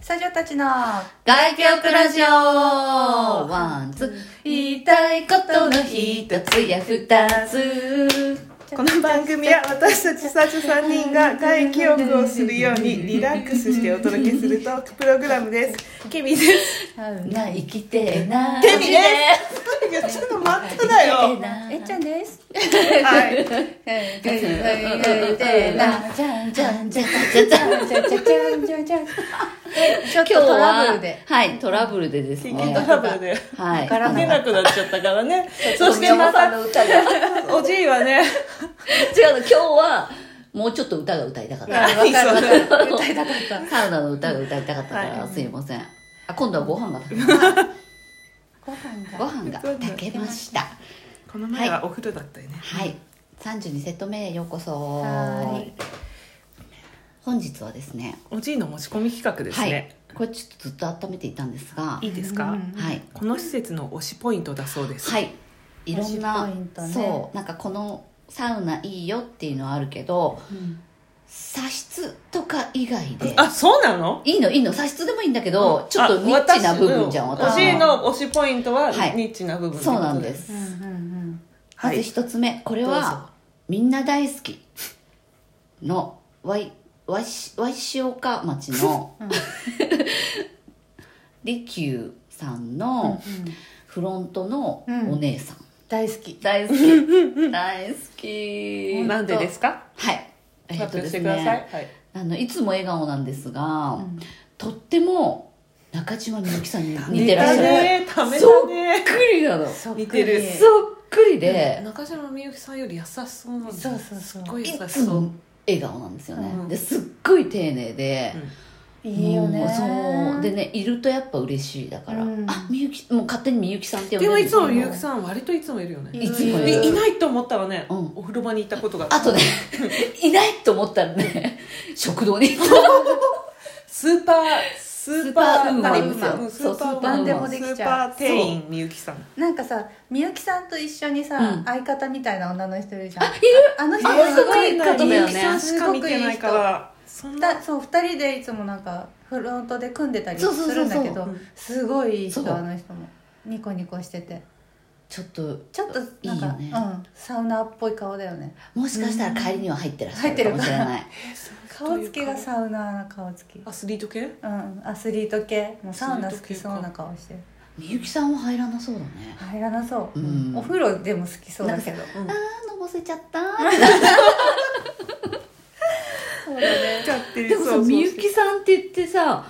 スタジオたちの外教クラジオワンツ言いたいことの一つや二つこの番組は私たちサチョ3人が外記憶をするようにリラックスしてお届けするトークプログラムです。ケミです。な生きてえなケミです。いや、ちょっと待ってだよ。えっちゃんですはい。え生きてえなじゃんじゃんじゃんじゃんじゃんじゃじゃじゃんじゃじゃんちょっと今日トラブルはではいトラブルでですキねキトラブルで。はいから出なくなっちゃったからね。そそししててままた、たの歌が違うおじいはね、の今日はもうちょっと歌が歌いたかったわかるわか何る歌いたかったサウナの歌が歌いたかったから、はいすいませんあ今度はご飯がご飯ごが飯が炊けましたこの前はお風呂だったよね。はい32セット目へようこそはい本日はですねおじいの持ち込み企画ですはねい。これちょっとずっと温めていたんですがいいですかうんはいこの施設の推しポイントだそうです。はいいろん推な、しポイントねそうなんかこのサウナいいよっていうのはあるけど茶室とか以外であ、そうなのいいのいいの茶室でもいいんだけど、ちょっとニッチな部分じゃんあ私私うんおじいの推しポイントははいニッチな部分ってそこうとなんでうす、んうんまはずい。一つ目これどうぞはみんな大好きのわいわしわしおか町の、 利休さんのフロントのお姉さん、大好き大好 き大好きなんでですかはいえタっッとでプしすてくださいね。はい。あのいつも笑顔なんですが、とっても中島みゆきさんに似てらっしゃる似たね、ためそたっね。くりなのそっそっくり似てるくりで、中島みゆきさんより優しそうなんだそうそうそうすっごい優いしつそう。も笑顔なんですよね、うんですっごい丁寧で、いいよねもうそうでねいるとやっぱ嬉しいだから、うんあみゆきもう勝手にみゆきさんって呼んでもでるんいですけつどもみゆきさん割といつもいるよね。いつもうんいるいいないと思ったらね、うんお風呂場に行ったことがあとね いないと思ったらね食堂 に行っスーパースーパスーパーウーマーン何ですようんスーパーそうスーパーウウーマンーマン何でもできちゃうスーパー店員みゆきさんなんかさみゆきさんと一緒にさ、うん相方みたいな女の人いるじゃんあいるあの人あすごそういいうい方だ方よねみゆみゆききささんんすしごかくいい見てない人からそんなだそう2人でいつもなんかフロントで組んでたりすそうそうそうそるうんだけどうんすごいいいそう人あの人もニコニコしててちょっとちょっとなんかいいよねうん、サウナーっぽい顔だよねもしかしたら帰りには入ってらっしゃるかもしれない顔つきがサウナーな顔つきアスリート系うんアスリート系もうサウナ好きそうな顔してるみゆきさんは入らなそうだね入らなそう、うんお風呂でも好きそうだけどあうーんのぼせちゃったそうだねちゃってるでもそさうそうみゆきさんって言ってさ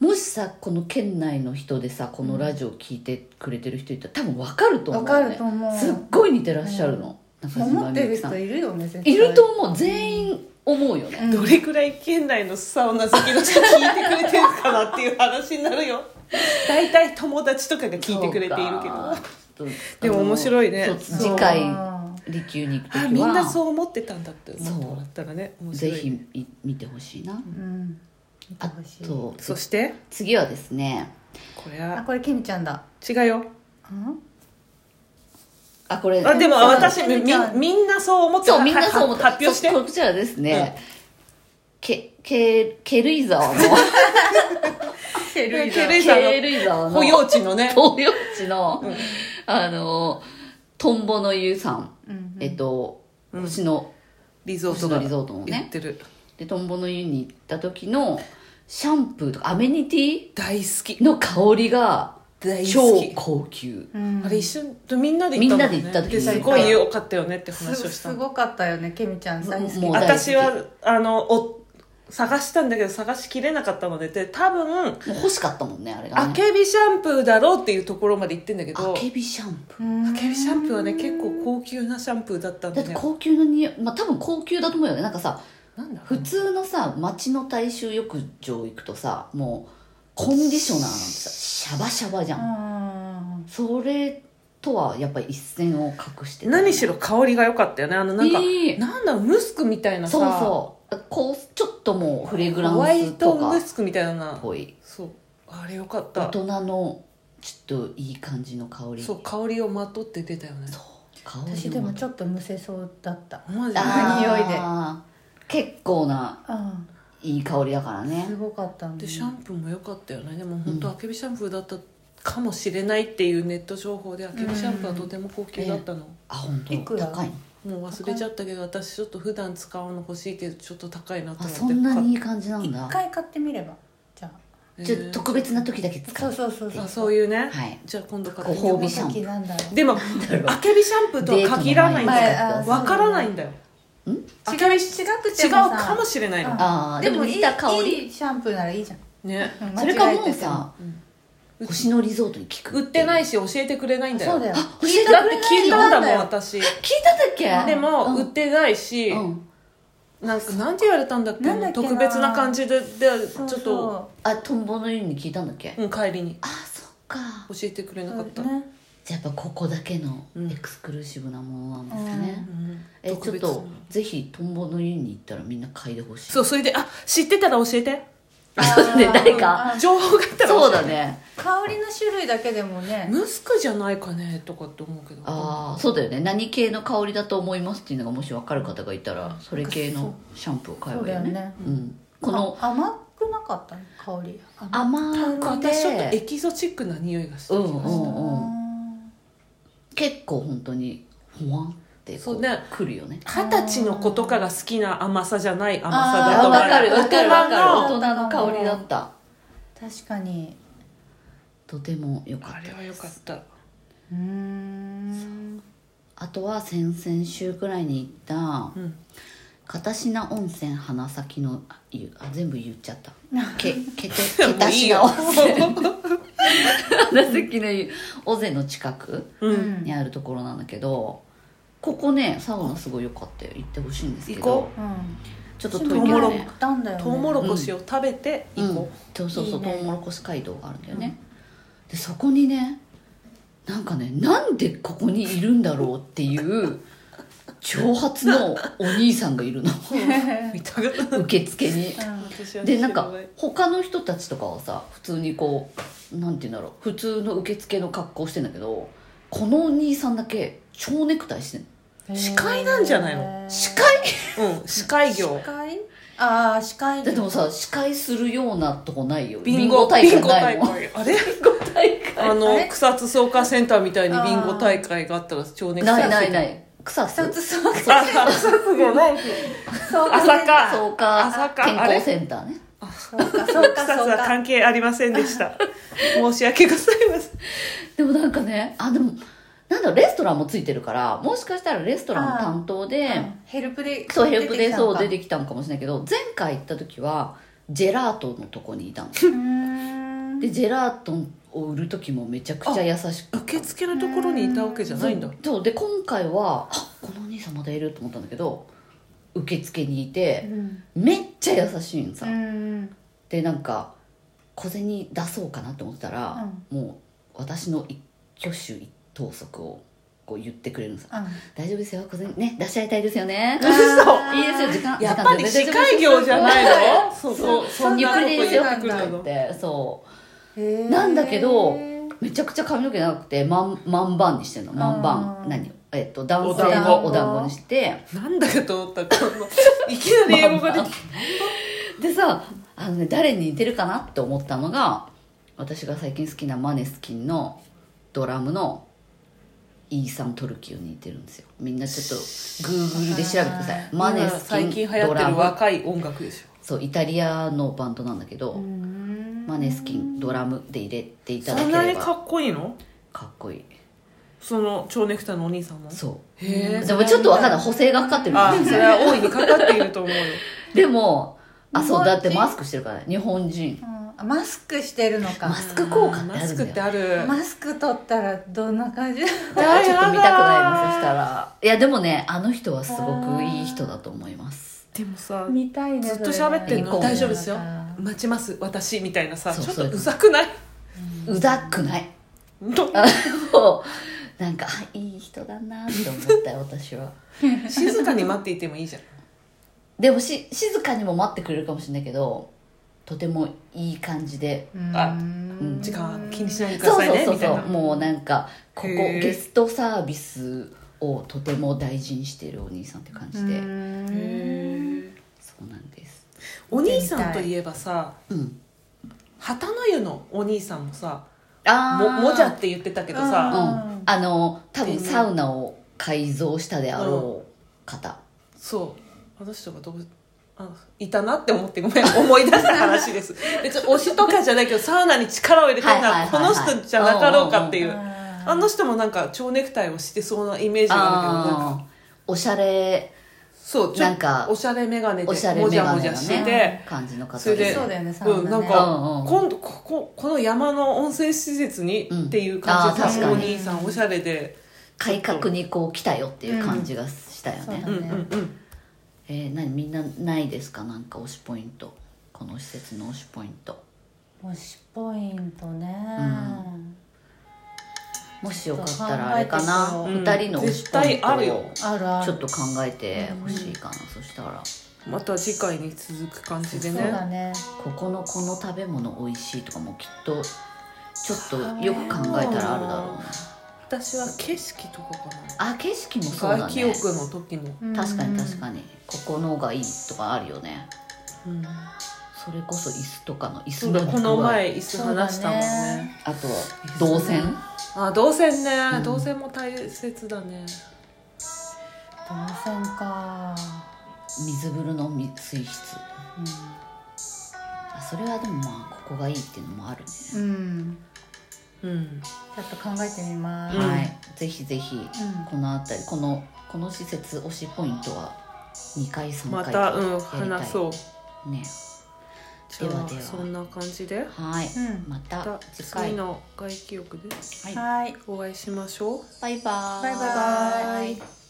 もしさこの県内の人でさこのラジオ聞いてくれてる人いたら多分わかると思う、ね、わかると思うすっごい似てらっしゃるの、中島思ってるみゆきさ人んいるよね絶いると思う全員思うよね、うんどれくらい県内のサウナ好きの人聞いてくれてるかなっていう話になるよ 大体友達とかが聞いてくれているけどそうかでも面白いねそうそう次回あ利休に行く時あはみんなそう思ってたんだって思ってもらったらね面白ぜいひみ見てほしいなうん見てあほしいとそして次はですねこれあはこれケミちゃんだ違うようあこれあでもそう私みみみんなそう思ってたそうみんなそう思った発表してそうこちらですね、けけケルイザ ーのケルイザー軽井沢の保養地のね保養地の、あの、トンボの湯さん、んえっと、うん星の、リゾート星野がリゾートのねやってるで、トンボの湯に行った時の、シャンプーとかアメニティ大好きの香りが、大超好き高級。うんあれ一緒にみんなで行ったもんねみんなで行った時にすごい良かったよねって話をすしすたのごかったよねケミちゃん大好きもう私はあのお探したんだけど探しきれなかったのでで多分もう欲しかったもんね、あれがあね。けびシャンプーだろうっていうところまで行ってんだけあどけびシャンプー。うんあけびシャンプーはね結構高級なシャンプーだったんだでってね高級の匂い、まあ多分高級だと思うよね。なんかさ、なんだろう普通のさ、街の大衆浴場行くとさ、もう、コンディショナーなんてさ、シャバシャバじゃん。うんそれとはやっぱり一線を隠してた何しろ香りが良かったよねあのなんか、いいなんだろうムスクみたいなさそうそうこうちょっともうフレグラホンワイスとトかムっスクみたいなぽいそうあれよかっ大た人のちょっといい感じの香りそう香りをまとって出たよねそう香り私でもちょっとむせそうだったマジであ匂いで結構なうんいい香りだからねすごかったんでシャンプーも良かったよねでも本当あけびシャンプーだったかもしれないっていうネット情報であけびシャンプーはとても高級だったの、あ本い当くら高いのもう忘れちゃったけど私ちょっと普段使うの欲しいけどちょっと高いなとあ思ってそんなにい買い感じなんだ一回買ってみればじゃあっじゃえーあ特別な時だけ使そううそうそうそうあそういうね、はいじゃあ今度買ってみごよ褒美シャンプーこの時なんだろううでもろうあけびシャンプーとは限らないんデーだトの前によわからないんだよんあ違けうび違く違てうもさかもしれないの、あーでもいい似た香りいいシャンプーならいいじゃんねうんそれかも間違うえててさうん星野リゾートに聞く売ってないいし教えてくれないんだよそうだよあ聞教えいてただっくてれ聞ないいたんだもんよ私聞いただっけでもうん売ってないし、うんなんかなんて言われたんだっけなんだっけな特別な感じででちょそうっそうとあトンボのように聞いたんだっけうん、帰りにあそっか教えてくれなかった、ねじゃあやっぱここだけのうんエクスクルーシブなものなんですねう、んえち特ょっ別なとぜひトンボの家に行ったらみんな嗅いでほしいそうそれであ知ってたら教えてあそうね誰かあ情報があったら教そえうてだね香りの種類だけでもねムスクじゃないかねとかって思うけどああそうだよね何系の香りだと思いますっていうのがもし分かる方がいたらそれ系のシャンプーを買えそうばいいだよよねねうん、このあ甘くなかったね香り甘なんかく私ちょっとエてキゾチックな匂いがしてうきんまうした、んうんん結構本当にほわんってこそううねくるよね二十歳の子とかが好きな甘さじゃない甘さだあーと思うわかるわかる大わ人かるの大人の香りだった確かにとても良かあっれたは良かったうーんあとは先々週くらいに行っうんた片品温泉花咲のあ言うあ全部言っちゃったけけてけたしな温泉花咲の湯尾瀬の近く ううんんにあるところなんだけどここねサウナすごい良かったよ行ってほしいんですけ行こどうんちょっと私も遠いけトウどモ行ロコねったんだよねト ウモロコシを食べてう行んこそうそうそういいねトウモロコシ街道があるんだよね、でそこにねなんかねなんでここにいるんだろうっていう長髪のお兄さんがいるのう見たこと受付にうん私はでなんか他の人たちとかはさ普通にこうなんて言うんだろう普通の受付の格好してんだけどこのお兄さんだけ蝶ネクタイしてんの司会なんじゃないのへー司会うん司会業司会ああ司会だってもうさ司会するようなとこないよビンゴ大ビ会ンゴない大もん会あれ大会ああのれ草津草加センターみたいにビンゴ大会があったら超熱ないないないい草津草津そうかあ草津じゃないそうか朝霞そうか朝霞健あれ康センターねそうかそうか草津そうはか関係ありませんでした申し訳ございませんでもなんかねあでもなんだろうレストランもついてるからもしかしたらレストランの担当でうんヘルプでそうヘルプでそう出きてきたのかもしれないけど前回行った時はジェラートのとこにいたのたのかうーんでジェラートを売る時もめちゃくちゃ優しく受付のところにいたわけじゃないんだそうで今回はあこのお兄さんまだいると思ったんだけど受付にいてうんめっちゃ優しいんさ、うんでなんか小銭出そうかなと思ってたら、もう私の一挙手一投足をこう言ってくれるんですようん大丈夫ですよ小銭ね出し合いたいですよね嘘いいですよ時間やっぱり司会業じゃないのそうそうそんゆっなこくとりで言すよってくるゆっのってそうへーなんだけどめちゃくちゃ髪の毛長くてまんまんばんにしてんのまんばんうん何えっと男お性団の子お団子にしてなんだかと思ったら このいきなり英語が出てきでさあの、ね、誰に似てるかなって思ったのが私が最近好きなマネスキンのドラムのイーサン・トルキューに似てるんですよみんなちょっとグーグルで調べてくださいマネたス最キ近ン流行ドってラるム若い音楽でしょそうイタリアのバンドなんだけど、うんマネスキンドラムで入れていただそけんなれにばかかっこいいのっこいいその蝶ネクタイのお兄さんもそうへえでもちょっとわかんない補正がかかってるあそれは大いにかかっていると思うよでもあそ日本人うだってマスクしてるからね日本人うんあマスクしてるのかマスク効果ってあるんだよマスクってあるマスク取ったらどんな感じだからちょっと見たくないですそしたらいやでもねあの人はすごくいい人だと思いますでもさ見たいねずっと喋ってんそのれね大丈夫ですよ待ちます私みたいなさそうちょっそうといううのざくないうざくないあもうなんかあいい人だなって思った よ私は静かに待っていてもいいじゃんでもし静かにも待ってくれるかもしれないけどとてもいい感じであうん時間気にしないでくだそうさいそうねそうみたそいうなもうなんかここへーゲストサービスをとても大事にしているお兄さんって感じでうんへーそうなんですお兄さんといえばさうん旗の湯のお兄さんもさあももじゃうって言ってたけどんさうんあの多分サウナを改造したであろう方そうあの人がどうあいたなって思ってごめん 思い出した話です別に推しとかじゃないけどサウナに力を入れてるはのいはいはこはいはのい人じゃなかろうかっていうあーあの人もなんか蝶ネクタイをしてそうなイメージがあるけどなんあかーおしゃれそうちょなんかおしゃれ眼鏡でおしゃれもメじゃガもネじのゃしてねて感じの方それでそうだよねサウナうねんなんうんうかん今度こここの山の温泉施設にうんっていう感じであー確かおに兄さんおしゃれで改革にこう来たよっていう感じがしたようんね、うんうんうんえー何みんなないですかなんか推しポイントこの施設の推しポイント推しポイントね、もしよかったらあれかなちょっと考えて2人の推しポイントうん絶対あるよをあるあるちょっと考えてほしいかな、そしたらまた次回に続く感じでそうねだねここのこの食べ物美味しいとかもきっとちょっとよく考えたらあるだろうね私は景色とかかなあ景色もそうだ外ね気浴の時の確かに確にかにここのがいいとかあるよねうんそれこそ椅子とかの椅そ子うのだこの前椅子話したもんそうだねねあとは動線あ動線うねん動線も大切だね動線か、水風呂の水水質うあそれはでもまあここがいいっていうのもあるね、ん、うん、うんちょっと考えてみます、うんはいぜひぜひこの辺りこのこの施設推しポイントは2回3回またうんやりたい話そうねじゃではあではそんな感じではい、うんままたた次次回の外気浴ではいはいお会いしましょうバイバーイバイバーイイ